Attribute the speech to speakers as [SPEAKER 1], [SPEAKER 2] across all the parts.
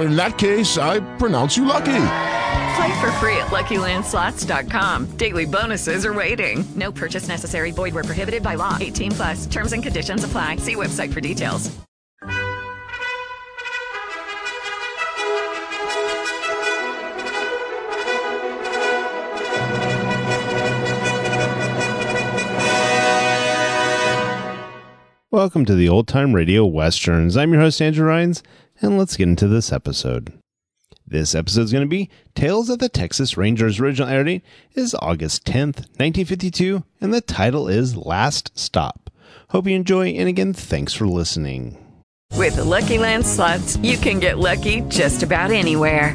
[SPEAKER 1] In that case, I pronounce you lucky.
[SPEAKER 2] Play for free at LuckyLandSlots.com. Daily bonuses are waiting. No purchase necessary. Void were prohibited by law. 18 plus. Terms and conditions apply. See website for details.
[SPEAKER 3] Welcome to the Old Time Radio Westerns. I'm your host, Andrew Rhines, and let's get into this episode. This episode is going to be Tales of the Texas Rangers. Original air date is August 10th, 1952, and the title is Last Stop. Hope you enjoy, and again, thanks for listening.
[SPEAKER 2] With Lucky Land slots, you can get lucky just about anywhere.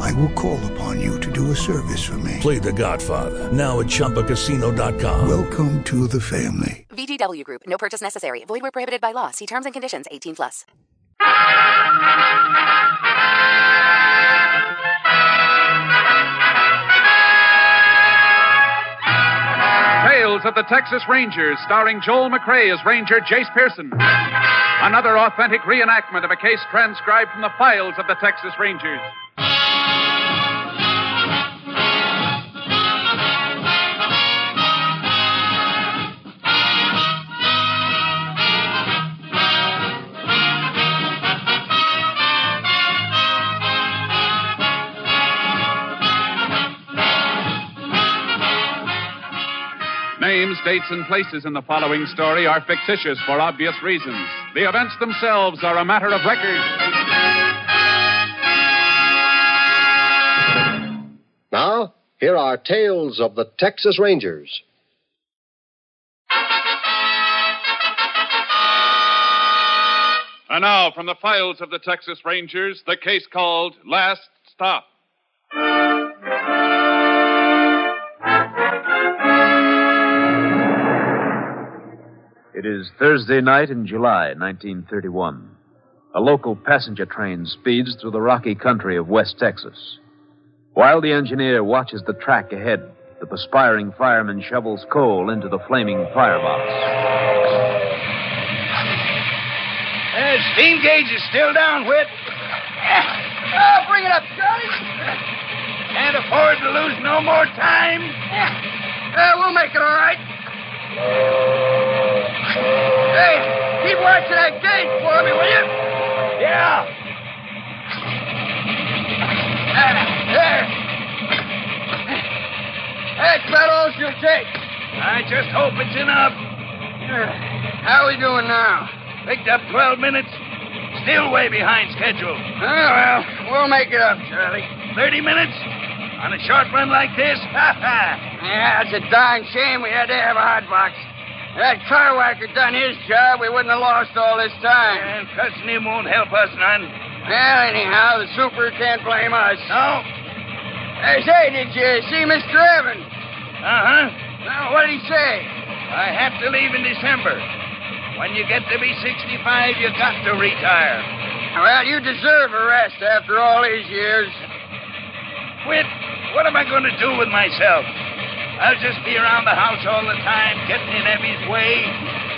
[SPEAKER 4] I will call upon you to do a service for me.
[SPEAKER 5] Play The Godfather now at ChumbaCasino.com.
[SPEAKER 4] Welcome to the family.
[SPEAKER 6] VGW Group. No purchase necessary. Void where prohibited by law. See terms and conditions. 18 plus.
[SPEAKER 7] Tales of the Texas Rangers, starring Joel McRae as Ranger Jace Pearson. Another authentic reenactment of a case transcribed from the files of the Texas Rangers. Names, dates, and places in the following story are fictitious for obvious reasons. The events themselves are a matter of record.
[SPEAKER 8] Now, here are tales of the Texas Rangers.
[SPEAKER 7] And now, from the files of the Texas Rangers, the case called Last Stop.
[SPEAKER 9] It is Thursday night in July 1931. A local passenger train speeds through the rocky country of West Texas. While the engineer watches the track ahead, the perspiring fireman shovels coal into the flaming firebox.
[SPEAKER 4] steam gauge is still down, Whit. Oh, bring it up, Charlie. Can't afford to lose no more time. Uh, we'll make it all right. Hey, keep watching that gauge for me, will you? Yeah. there. That's about all she'll take. I just hope it's enough. How are we doing now? Picked up 12 minutes. Still way behind schedule. Oh, well, we'll make it up, Charlie. 30 minutes? On a short run like this? Ha ha! Yeah, it's a darn shame we had to have a hot box. Had that car whacker done his job, we wouldn't have lost all this time. And cussing him won't help us none. Well, anyhow, the super can't blame us. No? Hey, say, did you see Mr. Evans? Uh huh. Now, what did he say? I have to leave in December. When you get to be 65, you got to retire. Well, you deserve a rest after all these years. Quit. What am I going to do with myself? I'll just be around the house all the time, getting in Evie's way.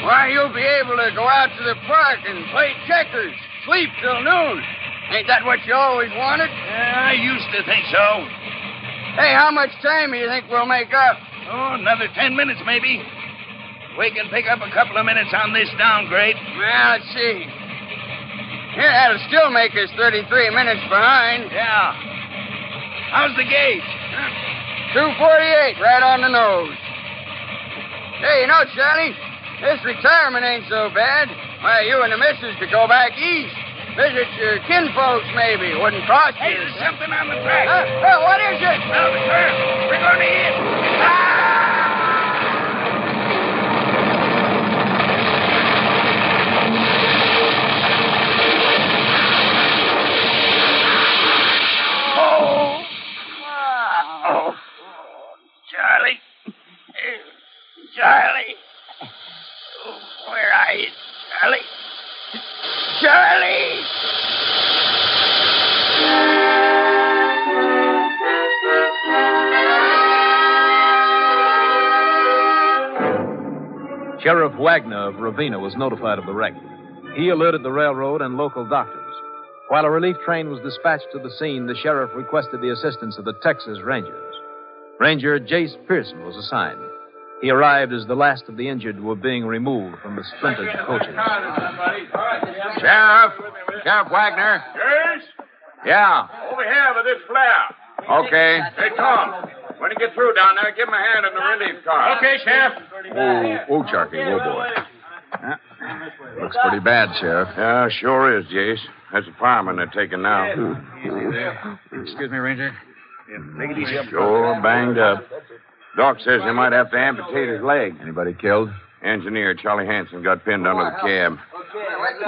[SPEAKER 4] Why, you'll be able to go out to the park and play checkers, sleep till noon. Ain't that what you always wanted? I used to think so. Hey, how much time do you think we'll make up? Oh, another ten minutes, maybe. We can pick up a couple of minutes on this downgrade. Well, let's see. Yeah, that'll still make us 33 minutes behind. Yeah. How's the gauge? 248, right on the nose. Hey, you know, Johnny, this retirement ain't so bad. Why, you and the missus could go back east. Visit your kinfolks, maybe. Wouldn't cost you. Hey, there's something on the track. Huh? Hey, what is it? Well, the curve. We're going to hit. Ah! Oh, Charlie. Oh, Charlie. Where are you, Charlie? Charlie!
[SPEAKER 10] Sheriff Wagner of Ravina was notified of the wreck. He alerted the railroad and local doctors. While a relief train was dispatched to the scene, the sheriff requested the assistance of the Texas Rangers. Ranger Jace Pearson was assigned. He arrived as the last of the injured were being removed from the splintered coaches.
[SPEAKER 7] Sheriff? Sheriff Wagner?
[SPEAKER 11] Yes?
[SPEAKER 7] Yeah.
[SPEAKER 11] Over here with this flare.
[SPEAKER 7] Okay.
[SPEAKER 11] Hey, Tom. When you get through down there, give him a hand in the relief car.
[SPEAKER 7] Okay, Sheriff.
[SPEAKER 11] Oh,
[SPEAKER 7] oh, Charlie, oh boy.
[SPEAKER 11] Looks pretty bad, Sheriff. Yeah, sure is, Jace. That's a fireman they're taking now.
[SPEAKER 12] Excuse me, Ranger. Take it easy.
[SPEAKER 11] Sure banged up. Doc says they might have to amputate his leg. Anybody killed? Engineer Charlie Hanson got pinned under the cab.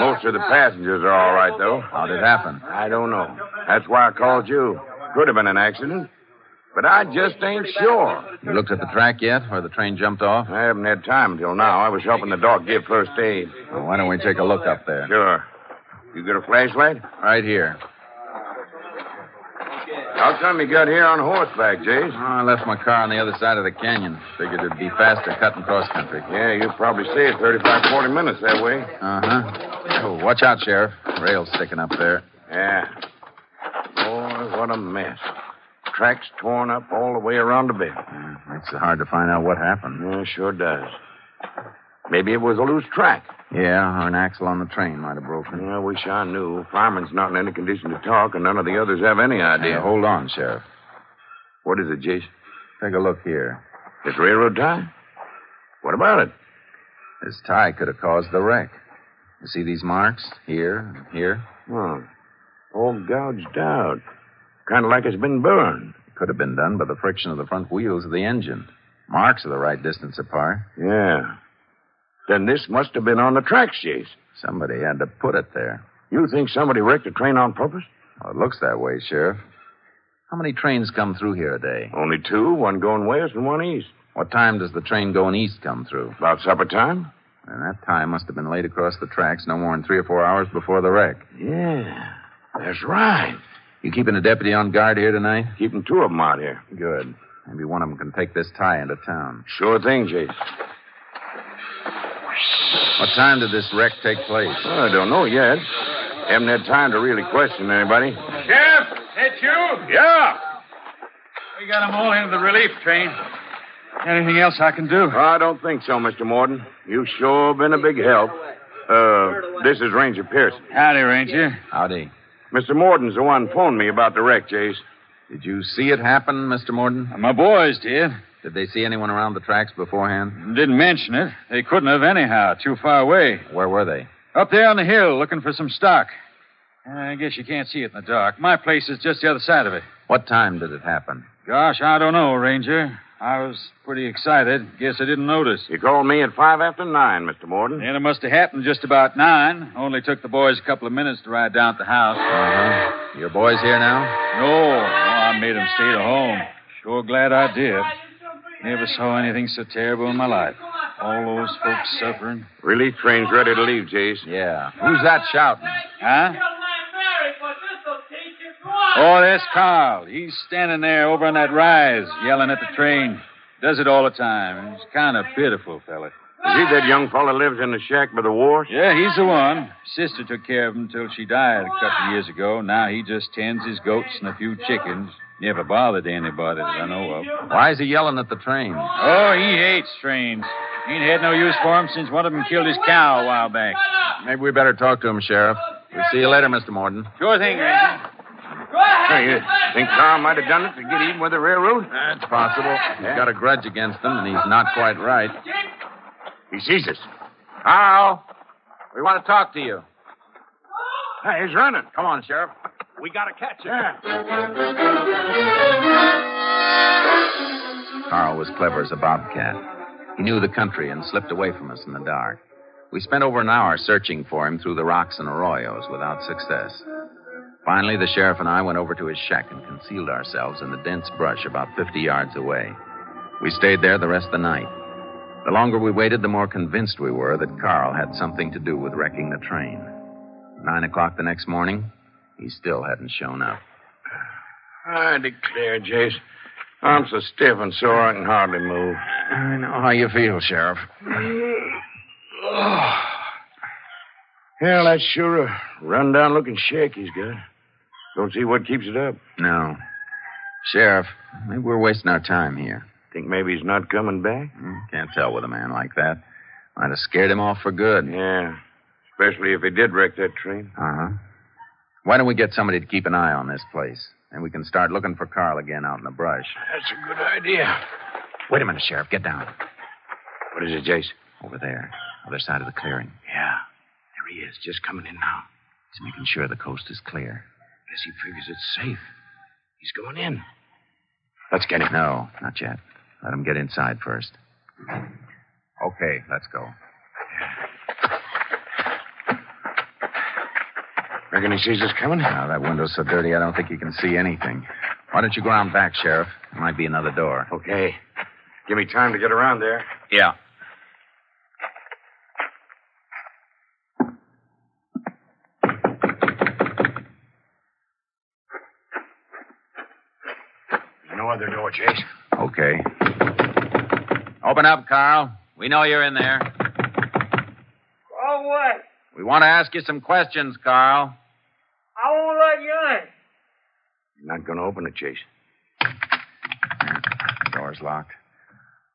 [SPEAKER 11] Most of the passengers are all right, though. How'd it happen? I don't know. That's why I called you. Could have been an accident. But I just ain't sure. You looked at the track yet, where the train jumped off? I haven't had time until now. I was helping the doc give first aid. why don't we take a look up there? Sure. You got a flashlight? Right here. How come you got here on horseback, Jace?
[SPEAKER 12] Ah, I left my car on the other side of the canyon. Figured it'd be faster cutting cross country.
[SPEAKER 11] Yeah, you probably saved 35, 40 minutes that way.
[SPEAKER 12] Uh huh. Oh, watch out, Sheriff. Rail's sticking up there.
[SPEAKER 11] Yeah. Boy, what a mess. Tracks torn up all the way around the bend.
[SPEAKER 12] Makes it hard to find out what happened.
[SPEAKER 11] Yeah, sure does. Maybe it was a loose track.
[SPEAKER 12] Yeah, or an axle on the train might have broken.
[SPEAKER 11] I wish I knew. Fireman's not in any condition to talk, and none of the others have any idea.
[SPEAKER 12] Now, hold on, Sheriff.
[SPEAKER 11] What is it, Jason?
[SPEAKER 12] Take a look here.
[SPEAKER 11] This railroad tie? What about it?
[SPEAKER 12] This tie could have caused the wreck. You see these marks? Here and here?
[SPEAKER 11] Hmm. All gouged out. Kind of like it's been burned.
[SPEAKER 12] Could have been done by the friction of the front wheels of the engine. Marks are the right distance apart.
[SPEAKER 11] Yeah. Then this must have been on the tracks, Jace.
[SPEAKER 12] Somebody had to put it there.
[SPEAKER 11] You think somebody wrecked the train on purpose?
[SPEAKER 12] Well, it looks that way, Sheriff. How many trains come through here a day?
[SPEAKER 11] Only two, one going west and one east.
[SPEAKER 12] What time does the train going east come through?
[SPEAKER 11] About supper time?
[SPEAKER 12] And that time must have been laid across the tracks no more than three or four hours before the wreck.
[SPEAKER 11] Yeah. That's right.
[SPEAKER 12] You keeping a deputy on guard here tonight?
[SPEAKER 11] Keeping two of them out here.
[SPEAKER 12] Good. Maybe one of them can take this tie into town.
[SPEAKER 11] Sure thing, Jace.
[SPEAKER 12] What time did this wreck take place?
[SPEAKER 11] Well, I don't know yet. Haven't had time to really question anybody.
[SPEAKER 7] Sheriff, that you?
[SPEAKER 11] Yeah.
[SPEAKER 7] We got 'em all into the relief train. Anything else I can do?
[SPEAKER 11] I don't think so, Mr. Morton. You've sure been a big help. Uh, this is Ranger Pearson.
[SPEAKER 7] Howdy, Ranger.
[SPEAKER 12] Howdy.
[SPEAKER 11] Mr. Morton's the one phoned me about the wreck, Chase.
[SPEAKER 12] Did you see it happen, Mr. Morton?
[SPEAKER 7] My boys did.
[SPEAKER 12] Did they see anyone around the tracks beforehand?
[SPEAKER 7] Didn't mention it. They couldn't have anyhow. Too far away.
[SPEAKER 12] Where were they?
[SPEAKER 7] Up there on the hill, looking for some stock. I guess you can't see it in the dark. My place is just the other side of it.
[SPEAKER 12] What time did it happen?
[SPEAKER 7] Gosh, I don't know, Ranger. I was pretty excited. Guess I didn't notice.
[SPEAKER 11] You called me at five after nine, Mr. Morton.
[SPEAKER 7] Then it must have happened just about nine. Only took the boys a couple of minutes to ride down to the house.
[SPEAKER 12] Uh-huh. Your boys here now?
[SPEAKER 7] No, no, I made them stay at home. Sure glad I did.
[SPEAKER 13] Never saw anything so terrible in my life. All those folks suffering.
[SPEAKER 14] Relief train's ready to leave, Jase.
[SPEAKER 13] Yeah.
[SPEAKER 14] Who's that shouting?
[SPEAKER 13] Huh? Oh, that's Carl. He's standing there over on that rise, yelling at the train. Does it all the time. He's kind of pitiful, fella.
[SPEAKER 14] Is he that young fella lives in the shack by the wash?
[SPEAKER 13] Yeah, he's the one. Sister took care of him till she died a couple of years ago. Now he just tends his goats and a few chickens. Never bothered anybody that I know of.
[SPEAKER 11] Why is he yelling at the train?
[SPEAKER 13] Oh, he hates trains. Ain't had no use for him since one of them killed his cow a while back.
[SPEAKER 11] Maybe we better talk to him, Sheriff. We'll see you later, Mr. Morden.
[SPEAKER 13] Sure thing, Ranger.
[SPEAKER 14] Hey, you think Carl might have done it to get even with the railroad?
[SPEAKER 11] That's possible. He's got a grudge against them, and he's not quite right.
[SPEAKER 14] He sees us.
[SPEAKER 11] Carl, we want to talk to you.
[SPEAKER 14] Hey, he's running.
[SPEAKER 11] Come on, Sheriff.
[SPEAKER 14] We gotta catch him.
[SPEAKER 11] Carl was clever as a bobcat. He knew the country and slipped away from us in the dark. We spent over an hour searching for him through the rocks and arroyos without success. Finally, the sheriff and I went over to his shack and concealed ourselves in the dense brush about 50 yards away. We stayed there the rest of the night. The longer we waited, the more convinced we were that Carl had something to do with wrecking the train. Nine o'clock the next morning, he still hadn't shown up.
[SPEAKER 14] I declare, Jase. I'm so stiff and sore I can hardly move.
[SPEAKER 11] I know how you feel, Sheriff.
[SPEAKER 14] Hell, that's sure a rundown looking shack he's got. Don't see what keeps it up.
[SPEAKER 11] No. Sheriff, maybe we're wasting our time here.
[SPEAKER 14] Think maybe he's not coming back?
[SPEAKER 11] Can't tell with a man like that. Might have scared him off for good.
[SPEAKER 14] Yeah. Especially if he did wreck that train.
[SPEAKER 11] Uh huh. Why don't we get somebody to keep an eye on this place? And we can start looking for Carl again out in the brush.
[SPEAKER 14] That's a good idea.
[SPEAKER 11] Wait a minute, Sheriff. Get down.
[SPEAKER 14] What is it, Jase?
[SPEAKER 11] Over there, other side of the clearing.
[SPEAKER 14] Yeah. There he is, just coming in now.
[SPEAKER 11] He's making sure the coast is clear.
[SPEAKER 14] Unless he figures it's safe. He's going in. Let's get him.
[SPEAKER 11] No, not yet. Let him get inside first. Okay, let's go.
[SPEAKER 14] Reckon he sees us coming?
[SPEAKER 11] Now, that window's so dirty, I don't think he can see anything. Why don't you go on back, Sheriff? There might be another door.
[SPEAKER 14] Okay. Give me time to get around there.
[SPEAKER 11] Yeah.
[SPEAKER 14] No other door, Chase.
[SPEAKER 11] Okay. Open up, Carl. We know you're in there.
[SPEAKER 4] Oh, what?
[SPEAKER 11] We want to ask you some questions, Carl.
[SPEAKER 4] I won't let you in.
[SPEAKER 14] You're not going to open it, Chase.
[SPEAKER 11] Door's locked.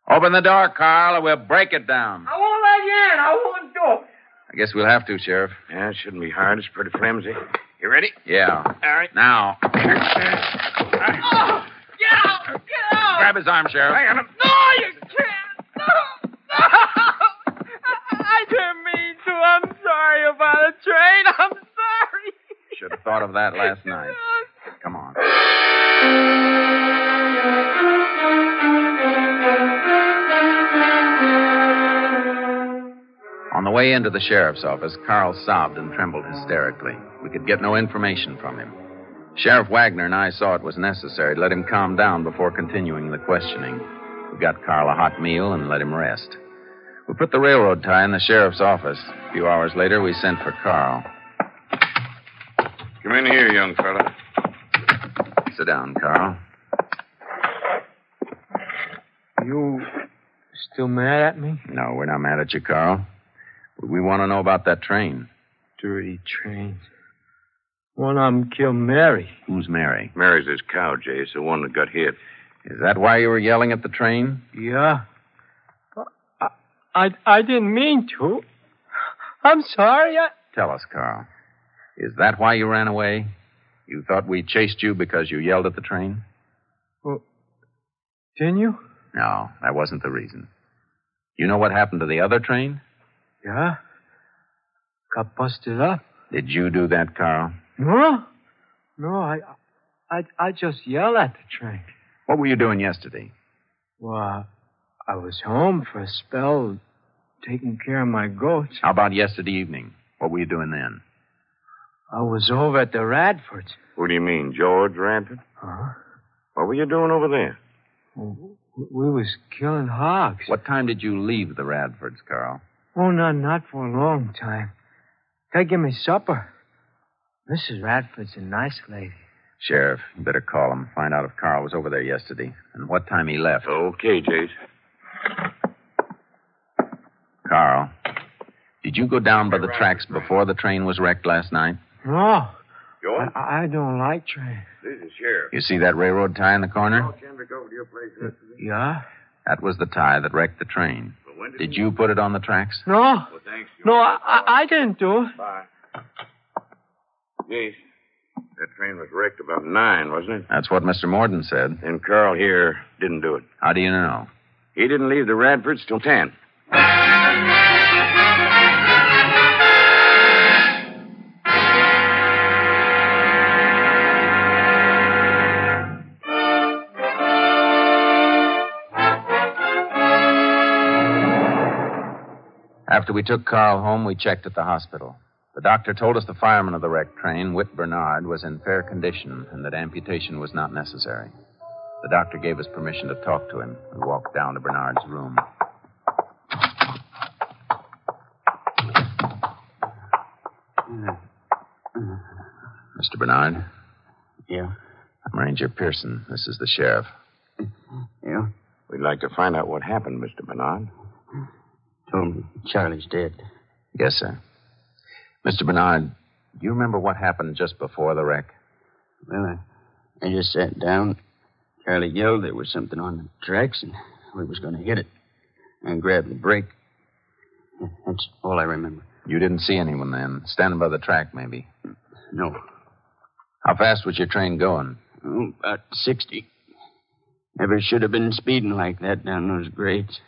[SPEAKER 11] Open the door, Carl, or we'll break it down.
[SPEAKER 4] I won't let you in. I won't do it.
[SPEAKER 11] I guess we'll have to, Sheriff.
[SPEAKER 14] Yeah, it shouldn't be hard. It's pretty flimsy. You ready?
[SPEAKER 11] Yeah.
[SPEAKER 14] All right.
[SPEAKER 11] Now,
[SPEAKER 4] Oh, get out! Get out!
[SPEAKER 11] grab his arm, Sheriff.
[SPEAKER 14] Hang on.
[SPEAKER 4] No, you can't! No! No! I, I didn't mean to. I'm sorry about the train. I'm sorry.
[SPEAKER 11] Should have thought of that last night. Come on. On the way into the sheriff's office, Carl sobbed and trembled hysterically. We could get no information from him. Sheriff Wagner and I saw it was necessary to let him calm down before continuing the questioning. We got Carl a hot meal and let him rest. We put the railroad tie in the sheriff's office. A few hours later, we sent for Carl.
[SPEAKER 14] Come in here, young fella.
[SPEAKER 11] Sit down, Carl.
[SPEAKER 15] You still mad at me?
[SPEAKER 11] No, we're not mad at you, Carl. We want to know about that train.
[SPEAKER 15] Dirty trains. One of 'em killed Mary.
[SPEAKER 11] Who's Mary?
[SPEAKER 14] Mary's his cow, Jase, the one that got hit.
[SPEAKER 11] Is that why you were yelling at the train?
[SPEAKER 15] Yeah. I, I, I didn't mean to. I'm sorry. I,
[SPEAKER 11] Tell us, Carl. Is that why you ran away? You thought we chased you because you yelled at the train?
[SPEAKER 15] well, didn't you?
[SPEAKER 11] No, that wasn't the reason. You know what happened to the other train?
[SPEAKER 15] Yeah. Got busted up.
[SPEAKER 11] Did you do that, Carl?
[SPEAKER 15] No. No, I, I, I just yell at the train.
[SPEAKER 11] What were you doing yesterday?
[SPEAKER 15] Well, I was home for a spell, taking care of my goats.
[SPEAKER 11] How about yesterday evening? What were you doing then?
[SPEAKER 15] I was over at the Radfords.
[SPEAKER 14] What do you mean, George Rampant?
[SPEAKER 15] Huh?
[SPEAKER 14] What were you doing over there?
[SPEAKER 15] W-
[SPEAKER 16] We was killing hogs.
[SPEAKER 11] What time did you leave the Radfords, Carl?
[SPEAKER 16] Oh, no, not for a long time. They give me supper. Mrs. Radford's a nice lady.
[SPEAKER 11] Sheriff, you better call him. Find out if Carl was over there yesterday and what time he left.
[SPEAKER 17] Okay, Jace.
[SPEAKER 11] Carl, did you go down by the tracks before the train was wrecked last night?
[SPEAKER 16] No. I, I don't like trains.
[SPEAKER 17] This is Sheriff.
[SPEAKER 11] You see that railroad tie in the corner?
[SPEAKER 17] Kendrick over to your place yesterday.
[SPEAKER 16] Yeah?
[SPEAKER 11] That was the tie that wrecked the train. Did you put it on the tracks?
[SPEAKER 16] No. no, I, I, I didn't do it.
[SPEAKER 17] Bye. Jace, that train was wrecked about nine, wasn't it?
[SPEAKER 11] That's what Mr. Morden said.
[SPEAKER 17] And Carl here didn't do it.
[SPEAKER 11] How do you know?
[SPEAKER 17] He didn't leave the Radfords till ten.
[SPEAKER 11] After we took Carl home, we checked at the hospital. The doctor told us the fireman of the wrecked train, Whit Bernard, was in fair condition and that amputation was not necessary. The doctor gave us permission to talk to him. We walked down to Bernard's room. Mr. Bernard?
[SPEAKER 18] Yeah?
[SPEAKER 11] I'm Ranger Pearson. This is the sheriff.
[SPEAKER 18] Yeah?
[SPEAKER 17] We'd like to find out what happened, Mr. Bernard.
[SPEAKER 18] Told me Charlie's dead.
[SPEAKER 11] Yes, sir. Mr. Bernard, do you remember what happened just before the wreck?
[SPEAKER 18] Well, I, I just sat down. Charlie yelled there was something on the tracks and we was going to hit it. I grabbed the brake. That's all I remember.
[SPEAKER 11] You didn't see anyone then, standing by the track, maybe.
[SPEAKER 18] No.
[SPEAKER 11] How fast was your train going?
[SPEAKER 18] Oh, about 60. Never should have been speeding like that down those grades.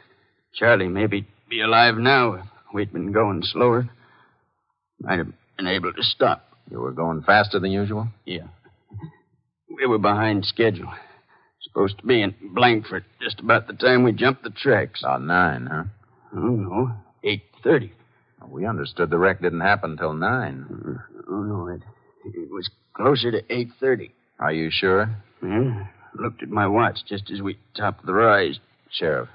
[SPEAKER 18] Charlie maybe be alive now if we'd been going slower. Might have been able to stop.
[SPEAKER 11] You were going faster than usual?
[SPEAKER 18] Yeah. We were behind schedule. Supposed to be in Blankford just about the time we jumped the tracks.
[SPEAKER 11] About nine, huh?
[SPEAKER 18] Oh, no. 8.30.
[SPEAKER 11] We understood the wreck didn't happen till nine.
[SPEAKER 18] Oh, no. It, it was closer to 8.30.
[SPEAKER 11] Are you sure?
[SPEAKER 18] Yeah. Looked at my watch just as we topped the rise.
[SPEAKER 11] Sheriff,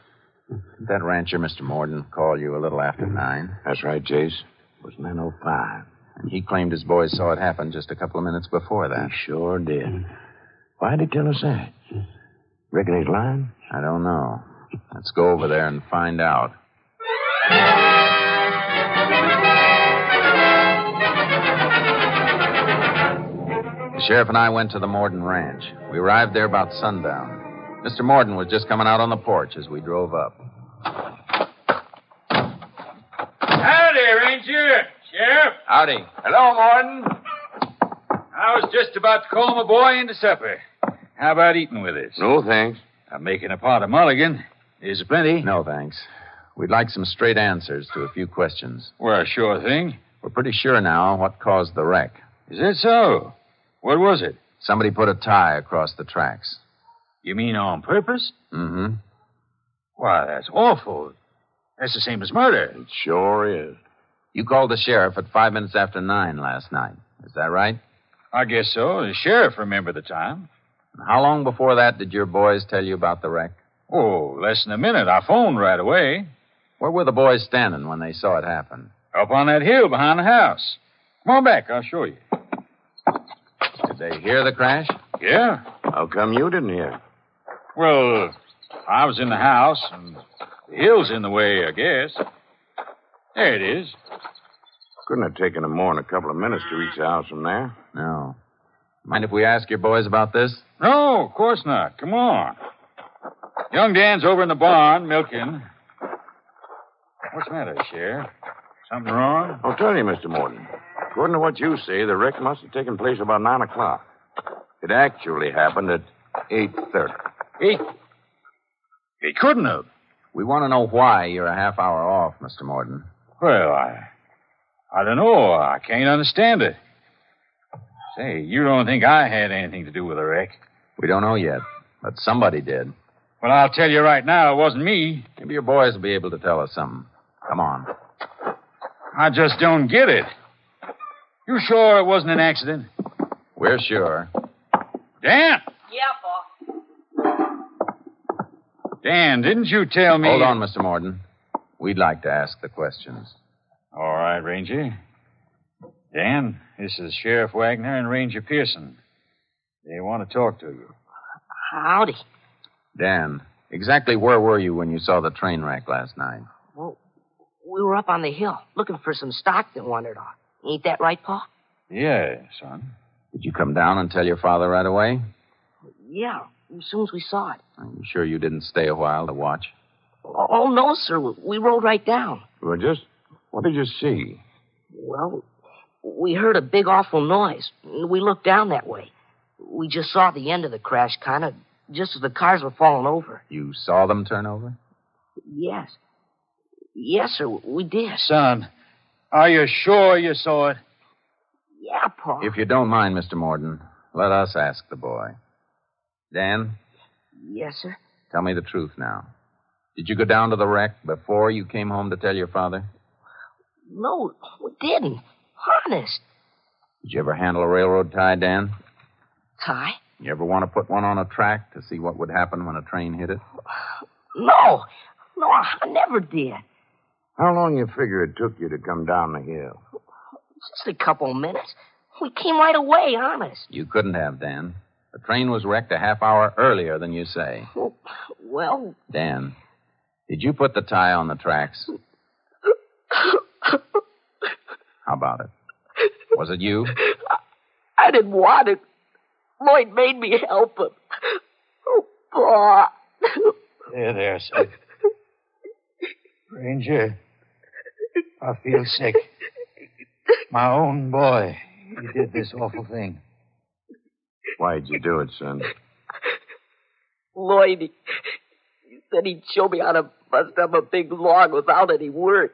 [SPEAKER 11] did that rancher, Mr. Morden, call you a little after nine?
[SPEAKER 17] That's right, Jace. It was 9.05.
[SPEAKER 11] And he claimed his boys saw it happen just a couple of minutes before that.
[SPEAKER 17] Sure did. Why'd he tell us that? Reckon he's lying?
[SPEAKER 11] I don't know. Let's go over there and find out. The sheriff and I went to the Morden Ranch. We arrived there about sundown. Mr. Morden was just coming out on the porch as we drove up.
[SPEAKER 19] Howdy, Ranger. Sheriff.
[SPEAKER 11] Howdy.
[SPEAKER 19] Hello, Martin. I was just about to call my boy into supper. How about eating with us?
[SPEAKER 17] No, thanks.
[SPEAKER 19] I'm making a pot of mulligan. Is there plenty?
[SPEAKER 11] No, thanks. We'd like some straight answers to a few questions.
[SPEAKER 19] Well, sure thing.
[SPEAKER 11] We're pretty sure now what caused the wreck.
[SPEAKER 19] Is that so? What was it?
[SPEAKER 11] Somebody put a tie across the tracks.
[SPEAKER 19] You mean on purpose?
[SPEAKER 11] Mm-hmm.
[SPEAKER 19] Why, that's awful. That's the same as murder.
[SPEAKER 17] It sure is.
[SPEAKER 11] You called the sheriff at five minutes after nine last night. Is that right?
[SPEAKER 19] I guess so. The sheriff remembered the time.
[SPEAKER 11] How long before that did your boys tell you about the wreck?
[SPEAKER 19] Oh, less than a minute. I phoned right away.
[SPEAKER 11] Where were the boys standing when they saw it happen?
[SPEAKER 19] Up on that hill behind the house. Come on back. I'll show you.
[SPEAKER 11] Did they hear the crash?
[SPEAKER 19] Yeah.
[SPEAKER 17] How come you didn't hear?
[SPEAKER 19] Well, I was in the house, and the hill's in the way, I guess. There it is.
[SPEAKER 17] Couldn't have taken them more than a couple of minutes to reach the house from there.
[SPEAKER 11] No. Mind if we ask your boys about this?
[SPEAKER 19] No, of course not. Come on. Young Dan's over in the barn milking. What's the matter, Sheriff? Something wrong?
[SPEAKER 17] I'll tell you, Mr. Morton. According to what you say, the wreck must have taken place about nine o'clock. It actually happened at eight thirty.
[SPEAKER 19] He. He couldn't have.
[SPEAKER 11] We want to know why you're a half hour off, Mr. Morton.
[SPEAKER 19] Well, I. I don't know. I can't understand it. Say, you don't think I had anything to do with the wreck?
[SPEAKER 11] We don't know yet, but somebody did.
[SPEAKER 19] Well, I'll tell you right now, it wasn't me.
[SPEAKER 11] Maybe your boys will be able to tell us something. Come on.
[SPEAKER 19] I just don't get it. You sure it wasn't an accident?
[SPEAKER 11] We're sure.
[SPEAKER 19] Dan!
[SPEAKER 20] Yeah, boss.
[SPEAKER 21] Dan, didn't you tell me?
[SPEAKER 7] Hold on, Mr. Morden. We'd like to ask the questions.
[SPEAKER 21] All right, Ranger. Dan, this is Sheriff Wagner and Ranger Pearson. They want to talk to you.
[SPEAKER 2] Howdy.
[SPEAKER 7] Dan, exactly where were you when you saw the train wreck last night?
[SPEAKER 2] Well, we were up on the hill looking for some stock that wandered off. Ain't that right, Pa?
[SPEAKER 7] Yeah, son. Did you come down and tell your father right away?
[SPEAKER 2] Yeah, as soon as we saw it.
[SPEAKER 7] I'm sure you didn't stay a while to watch.
[SPEAKER 2] Oh, oh, no, sir. We we rolled right down.
[SPEAKER 11] Well, just what did you see?
[SPEAKER 2] Well, we heard a big, awful noise. We looked down that way. We just saw the end of the crash, kind of, just as the cars were falling over.
[SPEAKER 7] You saw them turn over?
[SPEAKER 2] Yes. Yes, sir, we did.
[SPEAKER 21] Son, are you sure you saw it?
[SPEAKER 2] Yeah, Pa.
[SPEAKER 7] If you don't mind, Mr. Morden, let us ask the boy. Dan,
[SPEAKER 2] Yes, sir.
[SPEAKER 7] tell me the truth now. Did you go down to the wreck before you came home to tell your father?
[SPEAKER 2] No, we didn't. Honest.
[SPEAKER 7] Did you ever handle a railroad tie, Dan?
[SPEAKER 2] Ty?
[SPEAKER 7] You ever want to put one on a track to see what would happen when a train hit it?
[SPEAKER 2] No. No, I I never did.
[SPEAKER 11] How long you figure it took you to come down the hill?
[SPEAKER 2] Just a couple of minutes. We came right away, honest.
[SPEAKER 7] You couldn't have, Dan. The train was wrecked a half hour earlier than you say.
[SPEAKER 2] Oh, Well,
[SPEAKER 7] Dan, did you put the tie on the tracks? How about it? Was it you?
[SPEAKER 2] I didn't want it. Lloyd made me help him. Oh, Pa.
[SPEAKER 4] There, there, son. Ranger, I feel sick. My own boy, he did this awful thing.
[SPEAKER 11] Why'd you do it, son?
[SPEAKER 2] Lloyd, he, he said he'd show me how to bust up a big log without any work.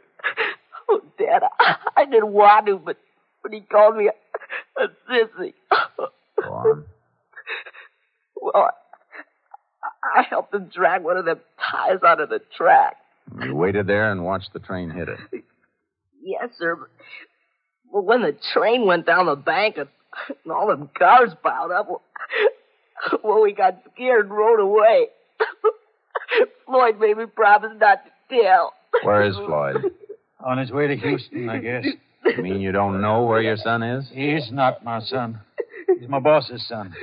[SPEAKER 2] Oh, Dad, I, I didn't want to, but, but he called me a, a sissy.
[SPEAKER 7] Go on.
[SPEAKER 2] Well, I, I helped him drag one of them ties out of the track.
[SPEAKER 7] You waited there and watched the train hit it.
[SPEAKER 2] Yes, sir. But, but when the train went down the bank and, and all them cars piled up, well, well, we got scared and rode away. Floyd made me promise not to tell.
[SPEAKER 7] Where is Floyd?
[SPEAKER 4] On his way to Houston, I guess.
[SPEAKER 7] You mean you don't know where your son is?
[SPEAKER 4] He's not my son. He's my boss's son.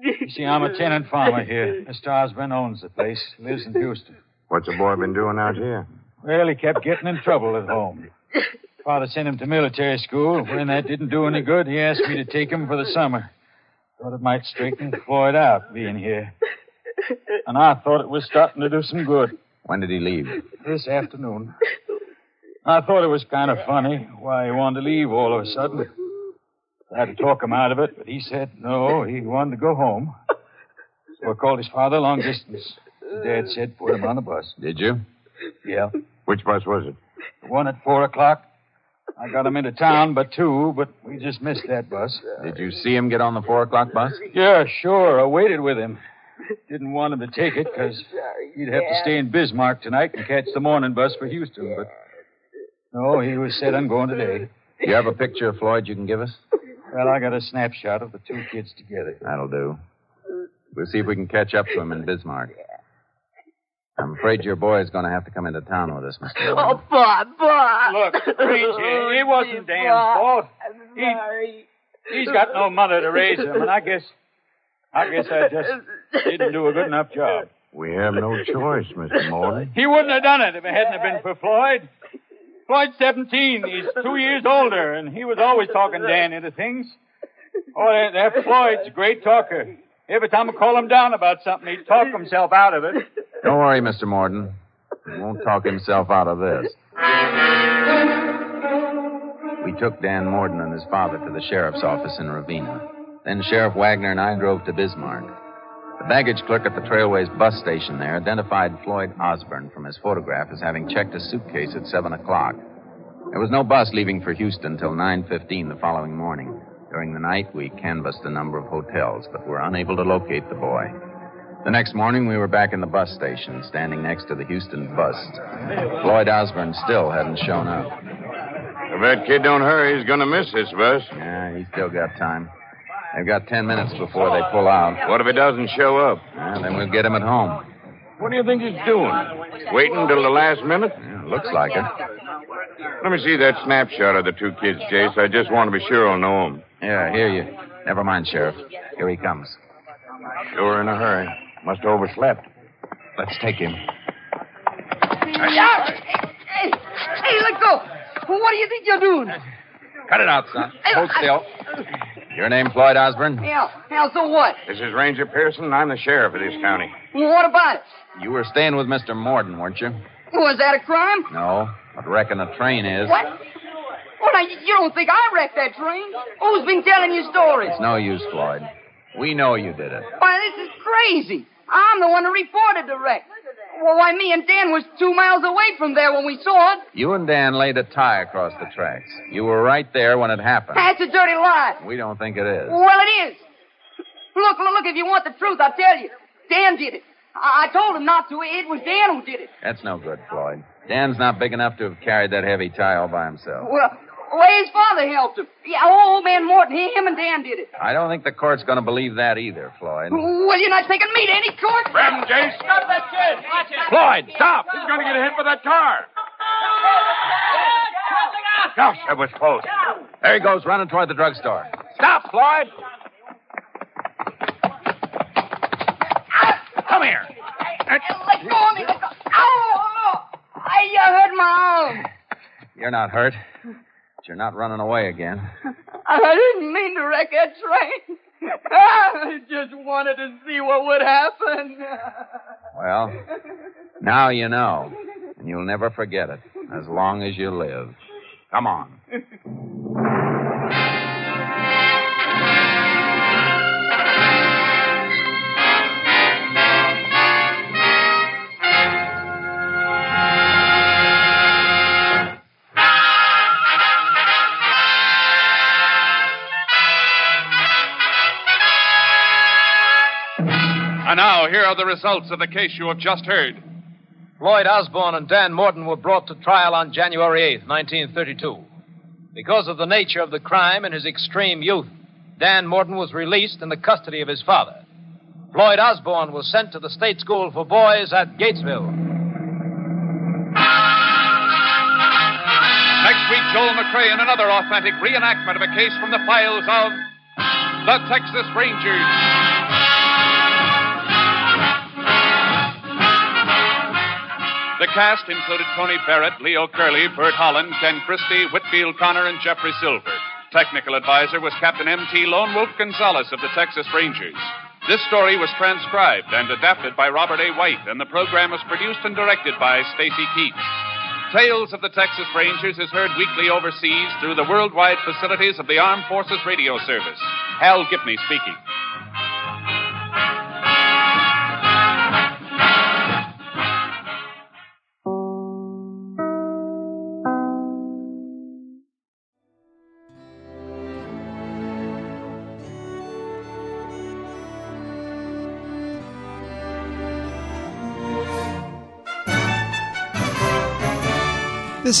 [SPEAKER 4] You see, I'm a tenant farmer here. Mr. Osborne owns the place, lives in Houston.
[SPEAKER 11] What's the boy been doing out here?
[SPEAKER 4] Well, he kept getting in trouble at home. Father sent him to military school. When that didn't do any good, he asked me to take him for the summer. Thought it might straighten Floyd out being here. And I thought it was starting to do some good
[SPEAKER 7] When did he leave?
[SPEAKER 4] this afternoon. I thought it was kind of funny why he wanted to leave all of a sudden. I had to talk him out of it, but he said no, he wanted to go home. So I called his father long distance. His Dad said put him on the bus.
[SPEAKER 7] Did you?
[SPEAKER 4] Yeah.
[SPEAKER 11] Which bus was it?
[SPEAKER 4] The one at four o'clock. I got him into town by two, but we just missed that bus.
[SPEAKER 7] Did you see him get on the four o'clock bus?
[SPEAKER 4] Yeah, sure. I waited with him. Didn't want him to take it because he'd have to
[SPEAKER 2] Dad.
[SPEAKER 4] stay in Bismarck tonight and catch the morning bus for Houston. But no, he was said I'm going today.
[SPEAKER 7] Do you have a picture of Floyd you can give us?
[SPEAKER 4] Well, I got a snapshot of the two kids together.
[SPEAKER 7] That'll do. We'll see if we can catch up to him in Bismarck. I'm afraid your boy is going to have to come into town with us, Mr. Morden.
[SPEAKER 2] Oh, Bob, Bob.
[SPEAKER 4] Look, Ranger, it wasn't Dan's fault. He, he's got no mother to raise him, and I guess, I guess I just didn't do a good enough job.
[SPEAKER 11] We have no choice, Mr. Morton.
[SPEAKER 4] He wouldn't have done it if it hadn't have been for Floyd. Floyd's 17. He's two years older, and he was always talking Dan into things. Oh, that, that Floyd's a great talker. Every time I call him down about something, he'd talk himself out of it.
[SPEAKER 7] Don't worry, Mr. Morden. He won't talk himself out of this. We took Dan Morden and his father to the sheriff's office in Ravina. Then Sheriff Wagner and I drove to Bismarck. The baggage clerk at the Trailways bus station there identified Floyd Osborne from his photograph as having checked his suitcase at 7 o'clock. There was no bus leaving for Houston till 9.15 the following morning. During the night, we canvassed a number of hotels, but were unable to locate the boy. The next morning, we were back in the bus station, standing next to the Houston bus. Floyd Osborne still hadn't shown up.
[SPEAKER 11] If that kid don't hurry, he's gonna miss this bus.
[SPEAKER 7] Yeah, he's still got time. They've got ten minutes before they pull out.
[SPEAKER 11] What if he doesn't show up?
[SPEAKER 7] Well, then we'll get him at home.
[SPEAKER 17] What do you think he's doing? Waiting until the last minute? looks like it. Let me see that snapshot of the two kids, Jace. I just want to be sure I'll know them. Yeah, I hear you. Never mind, Sheriff. Here he comes. Sure in a hurry. Must have overslept. Let's take him.
[SPEAKER 13] Yeah. Hey, hey, let go. What do you think you're doing?
[SPEAKER 11] Cut it out, son.
[SPEAKER 13] Hey,
[SPEAKER 11] Hold
[SPEAKER 13] I-
[SPEAKER 11] still. Your name Floyd Osborne?
[SPEAKER 13] Yeah, now, so what?
[SPEAKER 11] This is Ranger Pearson, and I'm the sheriff of this county.
[SPEAKER 13] Well, What about it?
[SPEAKER 11] You were staying with Mr. Morden, weren't you?
[SPEAKER 13] Was that a crime?
[SPEAKER 11] No, but wrecking a train is.
[SPEAKER 13] uh, What? Oh, now, you you don't think I wrecked that train? Who's been telling you stories?
[SPEAKER 11] It's no use, Floyd. We know you did it.
[SPEAKER 13] Why, this is crazy. I'm the one who reported the wreck. Well, why, me and Dan was two miles away from there when we saw it.
[SPEAKER 11] You and Dan laid a tie across the tracks. You were right there when it happened.
[SPEAKER 13] That's a dirty lie.
[SPEAKER 11] We don't think it is.
[SPEAKER 13] Well, it is. Look, look, look, if you want the truth, I'll tell you. Dan did it. I, I told him not to. It was Dan who did it.
[SPEAKER 11] That's no good, Floyd. Dan's not big enough to have carried that heavy tie all by himself.
[SPEAKER 13] Well, well, his father helped him. Yeah, old man Morton, he, him and Dan did it.
[SPEAKER 11] I don't think the court's going to believe that either, Floyd.
[SPEAKER 13] Well, you're not taking me to any court.
[SPEAKER 11] Grab him, Jace.
[SPEAKER 13] Stop that kid.
[SPEAKER 11] Floyd,
[SPEAKER 19] stop! He's going to get hit by that car.
[SPEAKER 11] Gosh, that was close. There he goes, running toward the drugstore.
[SPEAKER 19] Stop, Floyd! Come here.
[SPEAKER 13] Let go of me. Let go. Ow! Hey, you hurt my arm.
[SPEAKER 11] You're not hurt, but you're not running away again.
[SPEAKER 13] I didn't mean to wreck that train. I just wanted to see what would happen.
[SPEAKER 11] Well, now you know, and you'll never forget it as long as you live. Come on.
[SPEAKER 7] And now, here are the results of the case you have just heard.
[SPEAKER 9] Floyd Osborne and Dan Morton were brought to trial on January 8, 1932. Because of the nature of the crime and his extreme youth, Dan Morton was released in the custody of his father. Floyd Osborne was sent to the state school for boys at Gatesville.
[SPEAKER 7] Next week, Joel McRae in another authentic reenactment of a case from the files of the Texas Rangers. The cast included Tony Barrett, Leo Curley, Bert Holland, Ken Christie, Whitfield Connor, and Jeffrey Silver. Technical advisor was Captain M.T. Lone Wolf Gonzalez of the Texas Rangers. This story was transcribed and adapted by Robert A. White, and the program was produced and directed by Stacy Keats. Tales of the Texas Rangers is heard weekly overseas through the worldwide facilities of the Armed Forces Radio Service. Hal Gibney speaking.
[SPEAKER 3] This